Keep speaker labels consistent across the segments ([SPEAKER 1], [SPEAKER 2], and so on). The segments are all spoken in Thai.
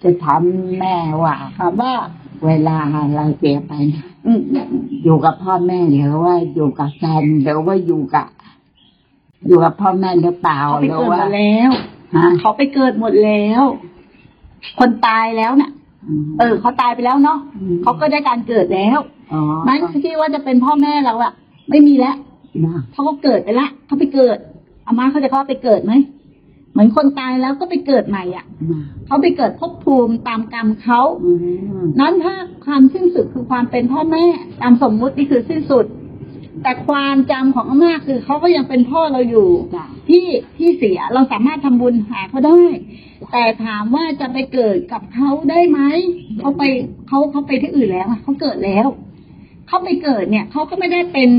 [SPEAKER 1] ไปถามแม่ว่าคำว่า เวลาเราเสียไปนะ
[SPEAKER 2] อืม
[SPEAKER 1] อยู่กับพ่อแม่หรือว่าอยู่กับแฟนหรือว่าอยู่กับ อยู่กับพ่อแม่หรือเปล่าหรื
[SPEAKER 2] เขาไป
[SPEAKER 1] อ
[SPEAKER 2] เกิดหม
[SPEAKER 1] ว่า
[SPEAKER 2] ดแล้ว
[SPEAKER 1] ฮะ
[SPEAKER 2] เขาไปเกิดหมดแล้ว คนตายแล้วน่ะ เออเขาตายไปแล้วเนาะเขาก็ได้การเกิดแล้ว
[SPEAKER 1] อ๋อ
[SPEAKER 2] มันที่ว่าจะเป็นพ่อแม่เราอะไม่มีแล้ว
[SPEAKER 1] นะ
[SPEAKER 2] เขาก็เกิดไปละเขาไปเกิดอาม่าเขาจะเขาว่าไปเกิดไหมเหมือนคนตายแล้วก็ไปเกิดใหม่อ่ะ
[SPEAKER 1] นะ
[SPEAKER 2] เขาไปเกิดภพภูมิตามกรรมเขา
[SPEAKER 1] อืม
[SPEAKER 2] นั้นถ้าความสิ้นสุดคือความเป็นพ่อแม่ตามสมมุตินี่คือสิ้นสุด แต่ความจำของอาม่าคือเขาก็ยังเป็นพ่อเราอยู่
[SPEAKER 1] จ้ะ
[SPEAKER 2] ที่ที่เสียเราสามารถทำบุญหาเขาได้ แต่ถามว่าจะไปเกิดกับเขาได้ไหมเขาไปเขาเขาไปที่อื่นแล้วอะเขาเกิดแล้วเขาไปเกิดเนี่ยเขาก็ไม่ได้เป็น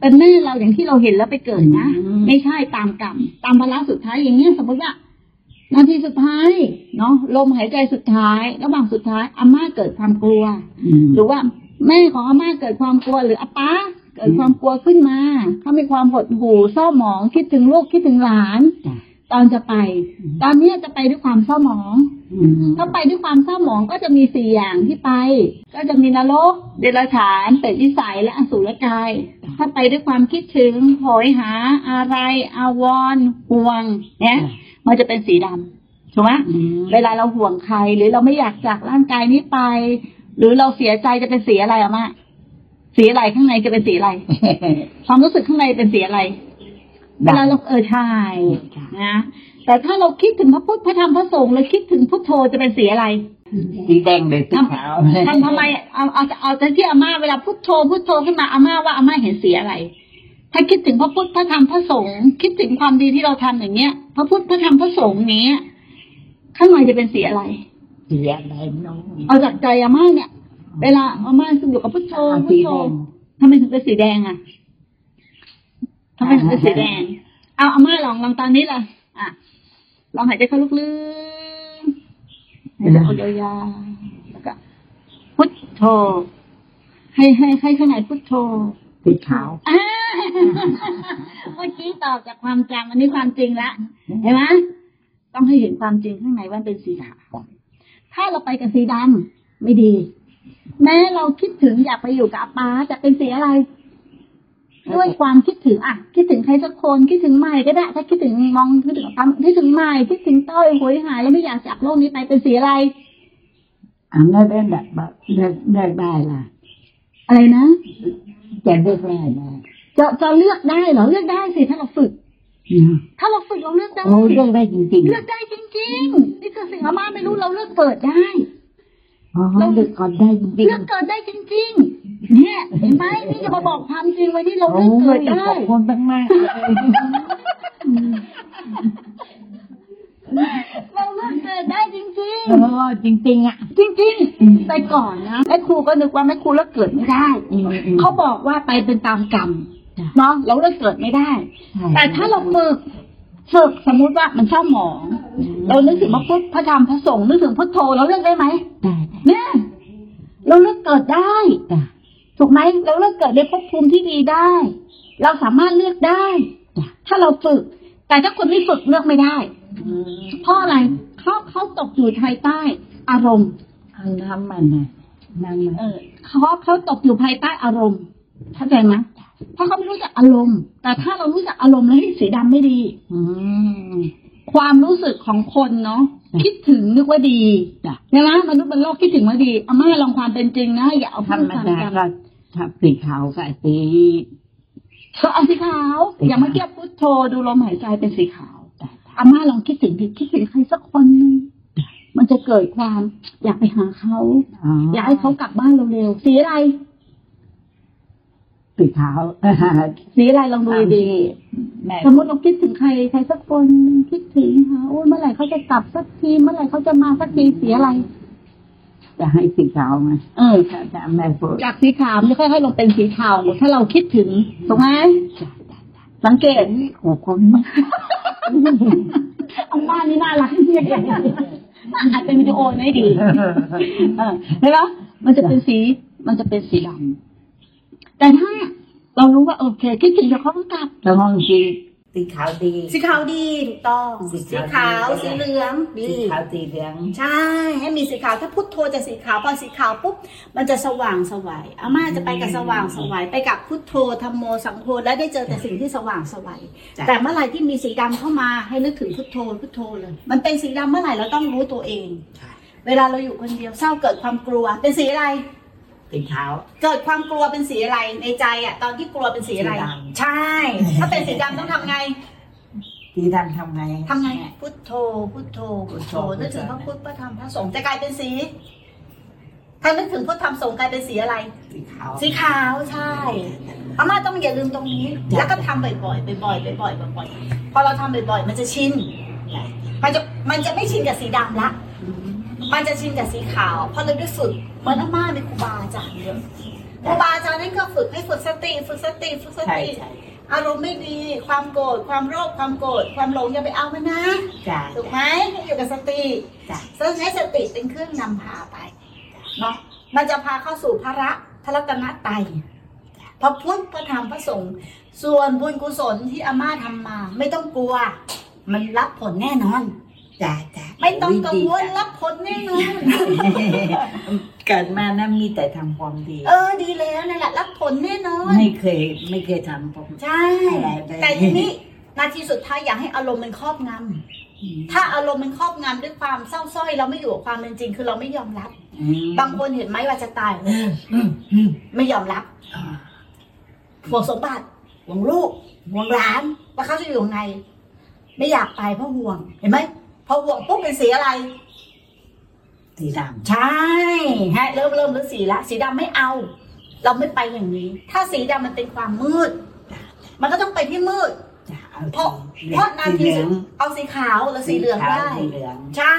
[SPEAKER 2] เป็นแม่เราอย่างที่เราเห็นแล้วไปเกิดนะไม่ใช่ตามกรรมตามภาระสุดท้ายอย่างเงี้ยสมมติว่านาทีสุดท้ายเนาะลมหายใจสุดท้าย ระหว่างสุดท้ายอาม่าเกิดความกลัว
[SPEAKER 1] อืม
[SPEAKER 2] หรือว่าแม่ของอาม่าเกิดความกลัวหรืออาป้าเกิดความกลัวขึ้นมาเขามีความหดหู่เศร้าหมองคิดถึงลูกคิดถึงหลาน
[SPEAKER 1] จ้ะ
[SPEAKER 2] ตอนจะไป ตอนเนี้ยจะไปด้วยความเศร้าหมอง
[SPEAKER 1] อืม
[SPEAKER 2] ถ้าไปด้วยความเศร้าหมองก็จะมีสี่อย่างที่ไป ก็จะมีนรก เดรัจฉานเปรตวิสัยและอสุรกาย ถ้าไปด้วยความคิดถึงโหยหา อะไร อาวรณ์ห่วงเนี่ยมันจะเป็นสีดำถูกไหม
[SPEAKER 1] อืม
[SPEAKER 2] เวลาเราห่วงใครหรือเราไม่อยากจากร่างกายนี้ไป หรือเราเสียใจจะเป็นสีอะไรอะมาสีอะไรข้างในจะเป็นสีอะไร ความรู้สึกข้างในเป็นสีอะไรเวลาเราเออใช่นะแต่ถ้าเราคิดถึงพระพุทธพระธรรมพระสงฆ์เราคิดถึงพุทโธจะเป็นสีอะไร
[SPEAKER 1] สีแดงเลยสีขาว
[SPEAKER 2] ทำทำไมเอาเอาเอาแต่ที่อาม่าเวลาพุทโธพุทโธขึ้นมาอาม่าว่าอาม่าเห็นสีอะไร ถ้าคิดถึงพระพุทธพระธรรมพระสงฆ์คิดถึงความดีที่เราทำอย่างเงี้ย พระพุทธพระธรรมพระสงฆ์เนี้ยข้างในจะเป็นสีอะไร
[SPEAKER 1] เสียอะไรน้อง
[SPEAKER 2] เอาจากใจอาม่าเนี่ย เวลาอาม่าซึ่งอยู่กับพุทโธพุท
[SPEAKER 1] สี
[SPEAKER 2] โธ
[SPEAKER 1] แดง
[SPEAKER 2] ทำไมถึงเป็นสีแดงอ่ะทำไมถึงเป็นสีแดง เอาอาม่าลองลองตอนนี้ล่ะ อ่ะ ลองหายใจเข้าลึกๆหายใจออกยาวๆแล้วก็พุทโธให้ให้ให้ข้างในพุทโธ
[SPEAKER 1] สีขาว
[SPEAKER 2] อ่าเมื่อกี้ ตอบจากความจำอันนี้ความจริงละเห็นไหมต้องให้เห็นความจริงข้างในว่าเป็นสีขาวถ้าเราไปกับสีดำไม่ดี แม้เราคิดถึงอยากไปอยู่กับอาป้าจะเป็นสีอะไร ด้วยความคิดถึงอ่ะ คิดถึงใครสักคนคิดถึงใหม่ก็ได้ ถ้าคิดถึงมองคิดถึงอาป้าคิดถึงใหม่คิดถึงต้อยหวยหายแล้วไม่อยากจากโลกนี้ไปเป็นสีอะไร
[SPEAKER 1] อันนั้นได้แบบว่าเลือกเลือกได้ล่ะ
[SPEAKER 2] อะไรนะ
[SPEAKER 1] จะเลือกได้ไหม
[SPEAKER 2] จะจะเลือกได้เหรอเลือกได้สิถ้าเราฝึก
[SPEAKER 1] เนี่ย
[SPEAKER 2] ถ้าเราฝึกเราเลือกได้
[SPEAKER 1] โอ้เลือกได้จริง
[SPEAKER 2] เลือกได้จริงๆ นี่คือสิ่งอาม่าไม่รู้เราเลือกเกิดได้
[SPEAKER 1] ๆอ๋อเลือกก่อนได้จริง
[SPEAKER 2] เลือกเกิดได้จริงๆ เนี่ยเห็นไหมนี่จะมาบอกความจริงไว้ที่
[SPEAKER 1] ๆ
[SPEAKER 2] เรา
[SPEAKER 1] โอ้
[SPEAKER 2] เลือกเกิ
[SPEAKER 1] ย
[SPEAKER 2] ดได้
[SPEAKER 1] ขอบคุณมากมากๆเลย
[SPEAKER 2] เราเลือกเกิดได้จริง
[SPEAKER 1] โอ้จริงๆอ่ะ
[SPEAKER 2] ๆ จริงๆ แต่ก่อนนะแม่ครูก็นึกว่าแม่ครูเลือกเกิดไม่ได้ เขาบอกว่าไปเป็นตามกรรม
[SPEAKER 1] จ้ะ
[SPEAKER 2] เนาะเราเลือกเกิดไม่ได้ แต่ถ้าเราฝึกฝึกสมมุติว่ามันเศร้าหมอง เรานึกถึงพระพุทธพระธรรมพระสงฆ์นึกถึงพุทโธเราเลือกได้ไหม
[SPEAKER 1] ได้
[SPEAKER 2] เนี่ยเราเลือกเกิดได้
[SPEAKER 1] จ้ะ
[SPEAKER 2] ถูกไหมเราเลือกเกิดในภพภูมิที่ดีได้ เราสามารถเลือกได้
[SPEAKER 1] จ้ะ
[SPEAKER 2] ถ้าเราฝึก แต่ถ้าคนไม่ฝึกเลือกไม่ได้
[SPEAKER 1] อืม
[SPEAKER 2] เพราะอะไรเขาเขาตกอยู่ภายใต้อารมณ์
[SPEAKER 1] เอาน้ำมันนะน้ำมัน
[SPEAKER 2] เออเขาเขาตกอยู่ภายใต้อารมณ์เข้าใจไหมเพราะเขาไม่รู้จักอารมณ์ แต่ถ้าเรารู้จักอารมณ์แล้วเฮ้ยสีดำไม่ดี
[SPEAKER 1] อืม
[SPEAKER 2] ความรู้สึกของคนเนาะ
[SPEAKER 1] จ้ะ
[SPEAKER 2] คิดถึงนึกว่าดี
[SPEAKER 1] จ้ะ
[SPEAKER 2] ใช่ไหมมนุษย์บนโลกคิดถึงว่าดีอาม่าลองความเป็นจริงนะอย่าเอา
[SPEAKER 1] ธรรม
[SPEAKER 2] พู
[SPEAKER 1] ดา
[SPEAKER 2] คำ
[SPEAKER 1] ก็ทับสีขาวกับสี
[SPEAKER 2] ก็เอาสีขาว อย่างเมื่อกี้พุทโธดูลมหายใจเป็นสีขาวอาม่าลองคิดถึงดิคิดถึงใครสักคนหนึงมันจะเกิดความอยากไปหาเขา
[SPEAKER 1] อ๋อ
[SPEAKER 2] อยากให้เขากลับบ้านเร็วๆสีอะไร
[SPEAKER 1] สีขาว
[SPEAKER 2] สีอะไรลองดูดี
[SPEAKER 1] แม่
[SPEAKER 2] ๆสมมติเราคิดถึงใครใครสักคนคิดถึงเขาโอ้ยเมื่อไหร่เขาจะกลับสักทีเมื่อไหร่เขาจะมาสักทีสีอะไร
[SPEAKER 1] จะให้สีขาวไหม
[SPEAKER 2] เออ
[SPEAKER 1] ถ้าถ้าแม่พูด
[SPEAKER 2] จากสีขาวมันจะค่อยๆลงเป็นสีเทาถ้าเราคิดถึงถูกไหมสังเกต
[SPEAKER 1] ขอบคุณมาก
[SPEAKER 2] อาม่านี่น่ารักเนี่ยอาจเป็นวิดีโอไม่ดี เออเห็นไหมมันจะเป็นสี มันจะเป็นสีดำแต่ถ้าเรารู้ว่าโอเค คิดถึงเดี๋ยวเขาก็กลับ
[SPEAKER 1] แล้วห้องชี สีขาวดี
[SPEAKER 3] สีขาวดีถูกต้อง สีขาวสีเหลืองดี
[SPEAKER 1] สีขาวสีเหลือง
[SPEAKER 3] ใช่ ให้มีสีขาวถ้าพุทโธจะสีขาวพอสีขาวปุ๊บมันจะสว่างสวัยอาม่าจะไปกับสว่างสวัยไปกับพุทโธธรรมโมสังโฆและได้เจอแต่สิ่งที่สว่างสวัยแต่เมื่อไหร่ที่มีสีดำเข้ามาให้นึกถึงพุทโธพุทโธเลย มันเป็นสีดำเมื่อไหร่เราต้องรู้ตัวเอง เวลาเราอยู่คนเดียวเศร้าเกิดความกลัว เป็นสีอะไร
[SPEAKER 1] สีขาว
[SPEAKER 3] เกิดความกลัวเป็นสีอะไรในใจอ่ะตอนที่กลัวเป็นสีอะไร
[SPEAKER 1] สีดำ
[SPEAKER 3] ใช่ ถ้าเป็นสีดำต้องทำไง
[SPEAKER 1] สีดำทำไง
[SPEAKER 3] ทำไงพุทโธ พุทโธ พุทโธ นึกถึงพระพุทธ พระธรรม พระสงฆ์จะกลายเป็นสี ถ้านึกถึงพุทธธรรมสงฆ์กลายเป็นสีอะไร
[SPEAKER 1] สีขาว
[SPEAKER 3] สีขาวใช่ อาม่าต้องอย่าลืมตรงนี้
[SPEAKER 1] จ้ะ
[SPEAKER 3] แล้วก็ทำบ่อยๆ บ่อยๆ บ่อยๆ บ่อยๆ พอเราทำบ่อยๆ มันจะชิน มันจะมันจะไม่ชินกับสีดำละ มันจะชินกับสีขาวเพอเราได้ฝึกเหมือนอาม่ามีครูบาอาจารย์เยอะครูบาอาจารย์นั่นก็ฝึกให้ฝึกสติฝึกสติฝึกส
[SPEAKER 1] ใช่
[SPEAKER 3] ติ
[SPEAKER 1] ใช่
[SPEAKER 3] อารมณ์ไม่ดี ความโกรธ ความโลภ ความโกรธ ความหลงอย่าไปเอามันนะ
[SPEAKER 1] จ้ะ
[SPEAKER 3] ถูกไหมให้อยู่กับสติ
[SPEAKER 1] จ้ะ
[SPEAKER 3] ซึ่งใช้สติเป็นเครื่องนำพาไปเนาะมันจะพาเข้าสู่พระพระรัตนไตรัยพระพุทธพระธรรมพระสงฆ์ส่วนบุญกุศลที่อาม่าทำมา ไม่ต้องกลัว มันรับผลแน่นอน
[SPEAKER 1] จ้ะจ้ะ
[SPEAKER 3] ไม่ต้องกังวล
[SPEAKER 1] ดีจ้ะ
[SPEAKER 3] รับผลแน่นอน
[SPEAKER 1] เกิดมานะมีแต่ทำความดี
[SPEAKER 3] เออดีแล้วนั่นแหละรับผลแน่นอน
[SPEAKER 1] ไม่เคยไม่เคยทำผม
[SPEAKER 3] ใช่ แต่ทีนี้นาทีสุดท้ายอยากให้อารมณ์มันครอบงำถ้าอารมณ์มันครอบงำด้วยความเศร้าสร้อยเราไม่อยู่กับความเป็นจริง คือเราไม่ยอมรับ
[SPEAKER 1] อืม
[SPEAKER 3] บางคนเห็นไหมว่าจะตาย
[SPEAKER 1] อืมอืม
[SPEAKER 3] ไม่ยอมรับ
[SPEAKER 1] อ่า
[SPEAKER 3] ห่วงสมบัติห่วงลูกห่วงหลานว่าเขาจะอยู่ยังไง ไม่อยากไปเพราะห่วง เห็นไหมพอห่วงปุ๊บเป็นสีอะไร
[SPEAKER 1] สีด
[SPEAKER 3] ใช่ฮะเริ่มเริ่มเริ่มสีละสีดำไม่เอา เราไม่ไปอย่างนี้ ถ้าสีดำมันเป็นความมืด มันก็ต้องไปที่มืด
[SPEAKER 1] ำจ้ะอสี
[SPEAKER 3] เพราะเพราะนาที
[SPEAKER 1] สีเหลื
[SPEAKER 3] สุ
[SPEAKER 1] อ
[SPEAKER 3] ด
[SPEAKER 1] ง
[SPEAKER 3] เอาสีขาวหรือสีเหลือง
[SPEAKER 1] ขาว
[SPEAKER 3] ได้
[SPEAKER 1] สีเหลือง
[SPEAKER 3] ใช่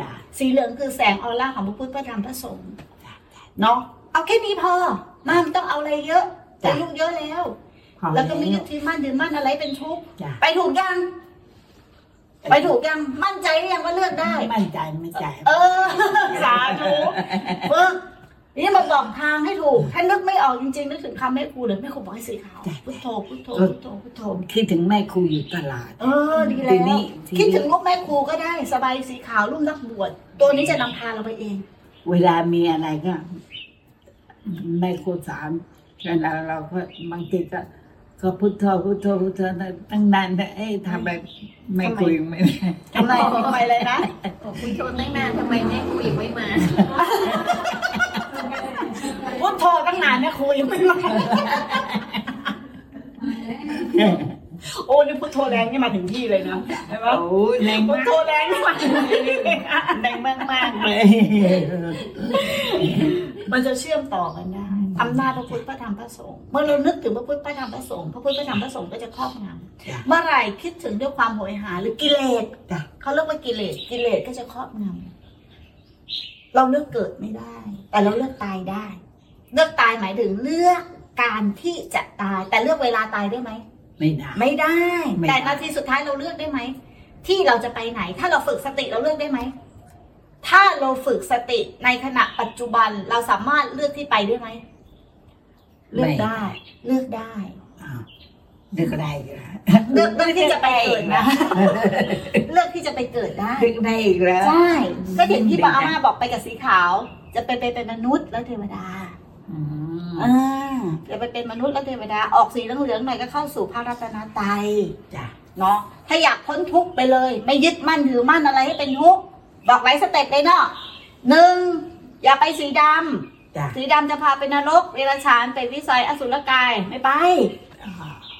[SPEAKER 1] จ้ะ
[SPEAKER 3] สีเหลืองคือแสงออร่าของพระพุทธพระธรรมพระสงฆ์เนาะเอาแค่นี้พอมามันต้องเอาอะไรเยอะอายุเยอะแล้ว
[SPEAKER 1] ขอ
[SPEAKER 3] แล้วก็ไม่ยึดถือมั่นถือมั่นอะไรเป็นทุกข์
[SPEAKER 1] จ้ะ
[SPEAKER 3] ไปถูกยังไปถูกยังมั่นใจหรือยังว่าเลือกได้
[SPEAKER 1] มั่นใจไม่ใจ
[SPEAKER 3] เออ สาธุฝึกนี่มาบอกทางให้ถูกถ้านึกไม่ออกจริงๆนึกถึงคำแม่ครูเลยแม่ครูบอกให้สีขาวพุทโธพุทโธพุทโธพุทโธ
[SPEAKER 1] คิดถึงแม่ครูอยู่ตลาด
[SPEAKER 3] เออดีแล้
[SPEAKER 1] ทีนี้
[SPEAKER 3] ว
[SPEAKER 1] ทีนี้
[SPEAKER 3] คิดถึงลูกแม่ครูก็ได้สบายสีขาวรุ่มนักบวชตัวนี้จะนำพาเราไปเอง
[SPEAKER 1] เวลามีอะไรก็แม่ครูสามแล้วเราเราก็บางทีก็ก็พุทโธพุทโธพุทโธตั้งนานนะเอ๊ะทำไมไม่
[SPEAKER 3] ทำไม
[SPEAKER 1] คุยไม่ได้
[SPEAKER 3] ทำไมทำไมเลยนะ
[SPEAKER 4] คุยชวนตั้งนานทำไมแม่คุยไม่มา
[SPEAKER 3] พุทโธตั้งนานแม่ครูยังไม่มาโอ้นี่พุทโธแรงนี่มาถึงที่เลยนะใช่ไหม
[SPEAKER 1] โอ้ยแรง
[SPEAKER 3] พุท
[SPEAKER 1] มาก
[SPEAKER 3] โธแรงนี่มาถึงที่
[SPEAKER 1] แรงมากมากๆเลย
[SPEAKER 3] มันจะเชื่อมต่อกันได้อำนาจพระพุทธพระธรรมพระสงฆ์เมื่อเรานึกถึงพระพุทธพระธรรมพระสงฆ์พระพุทธพระธรรมพระสงฆ์ก็จะครอบง
[SPEAKER 1] จ้ะ
[SPEAKER 3] ำเมื่อไหร่คิดถึงด้วยความโหยหาหรือกิเลส
[SPEAKER 1] จ้ะ
[SPEAKER 3] เขาเรียกว่ากิเลส กิเลสก็จะครอบงำเราเลือกเกิดไม่ได้ แต่เราเลือกตายได้ เลือกตายหมายถึงเลือกการที่จะตาย แต่เลือกเวลาตายได้ไหม
[SPEAKER 1] ไม่ได้
[SPEAKER 3] ไม่ได้
[SPEAKER 1] ไม่ได้
[SPEAKER 3] แต่นาทีสุดท้ายเราเลือกได้ไหม ที่เราจะไปไหน ถ้าเราฝึกสติเราเลือกได้ไหม ถ้าเราฝึกสติในขณะปัจจุบันเราสามารถเลือกที่ไปได้ไหม เลือกได้ เลือกได้
[SPEAKER 1] อ้าวนึกได้อีกแล้ว
[SPEAKER 3] เลือกเลือกที่จะไปเกิดนะ เลือกที่จะไปเกิดได้
[SPEAKER 1] นึกได้อีกแล้ว
[SPEAKER 3] ใช่ ก็เห็นที่ปาอา
[SPEAKER 1] ดี
[SPEAKER 3] ม่า
[SPEAKER 1] นะ
[SPEAKER 3] บอกไปกับสีขาว จะไปไปเป็นมนุษย์แล้วเทวดา
[SPEAKER 1] อืม
[SPEAKER 3] อ่าจะไปเป็นมนุษย์แล้วเทวดา ออกสีเหลืองๆหน่อยก็เข้าสู่พระรัตนตรัย
[SPEAKER 1] จ้ะ
[SPEAKER 3] เนาะ ถ้าอยากพ้นทุกข์ไปเลย ไม่ยึดมั่นถือมั่นอะไรให้เป็นทุกข์ บอกไว้สเต็ปเลยเนาะหนึ่งอย่าไปสีด
[SPEAKER 1] จ้ะ
[SPEAKER 3] ำ สีดำจะพาไปนรกเดรัจฉานไปวิสัยอสุรกายไม่ไป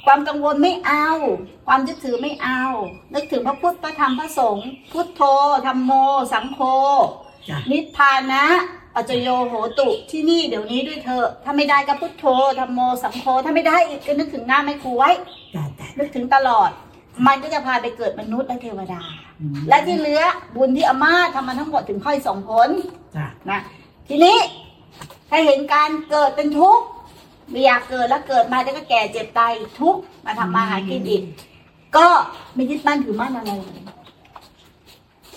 [SPEAKER 3] ความกังวลไม่เอา ความยึดถือไม่เอา นึกถึงพระพุทธพระธรรมพระสงฆ์พุทโธธรรมโม สังโฆ
[SPEAKER 1] จ้ะ
[SPEAKER 3] นิพพานะปัจจโยโหตุที่นี่เดี๋ยวนี้ด้วยเถอะถ้าไม่ได้ก็พุทโธธรรมโมสังโฆถ้าไม่ได้อีกก็นึกถึงหน้าไม่ครูไว้
[SPEAKER 1] จ้ะจ้ะ
[SPEAKER 3] นึกถึงตลอด มันก็จะพาไปเกิดมนุษย์และเทวดา
[SPEAKER 1] อืม
[SPEAKER 3] และที่เหลือบุญที่อาม่าทำมาทั้งหมดถึงค่อยส่งผล
[SPEAKER 1] จ้ะ
[SPEAKER 3] นะทีนี้ ถ้าเห็นการเกิดเป็นทุกข์ไม่อยากเกิดแล้วเกิดมาแล้วก็แก่เจ็บตายอีกทุกข์มาทำมาหากินอีกก็ไม่ยึดมั่นถือมั่นอะไรเลย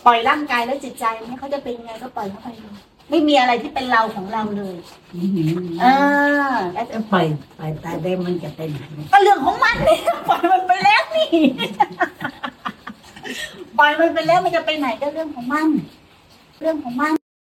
[SPEAKER 3] ปล่อยร่างกายและจิตใจเนี่ยเขาจะเป็นยังไงก็ปล่อยเขาไปเลย ไม่มีอะไรที่เป็นเราของเราเลย เออ
[SPEAKER 1] จะปล่อยปล่อยตายได้มันจะไปไหน
[SPEAKER 3] ก็เรื่องของมันเนี่ย ปล่อยมันไปแล้วนี่ ปล่อยมันไปแล้วมันจะไปไหนก็เรื่องของมัน เรื่องของมัน